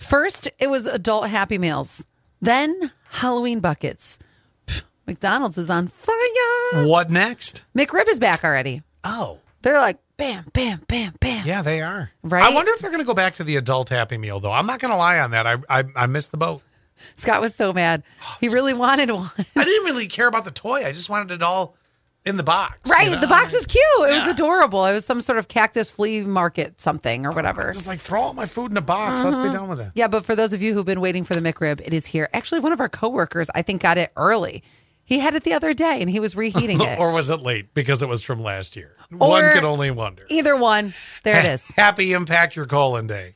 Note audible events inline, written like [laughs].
First, it was adult Happy Meals, then Halloween buckets. Pff, McDonald's is on fire. What next? McRib is back already. Oh, They're like bam, bam, bam, bam. yeah, they are. Right? I wonder if they're going to go back to the adult Happy Meal though. I'm not going to lie on that. I I, I missed the boat. Scott was so mad. He really wanted one. [laughs] I didn't really care about the toy. I just wanted it all in the box. you Right. know? The box was cute. It was adorable. It was some sort of cactus flea market something or whatever. Just like throw all my food in a box. Let's Mm-hmm. be done with it. Yeah, but for those of you who've been waiting for the McRib, it is here. Actually, one of our coworkers, I think, got it early. He had it the other day and he was [laughs] reheating it. Or was it late because it was from last year? Or- one could only wonder. [laughs] Either one. There it is. Happy Impact Your Colon Day.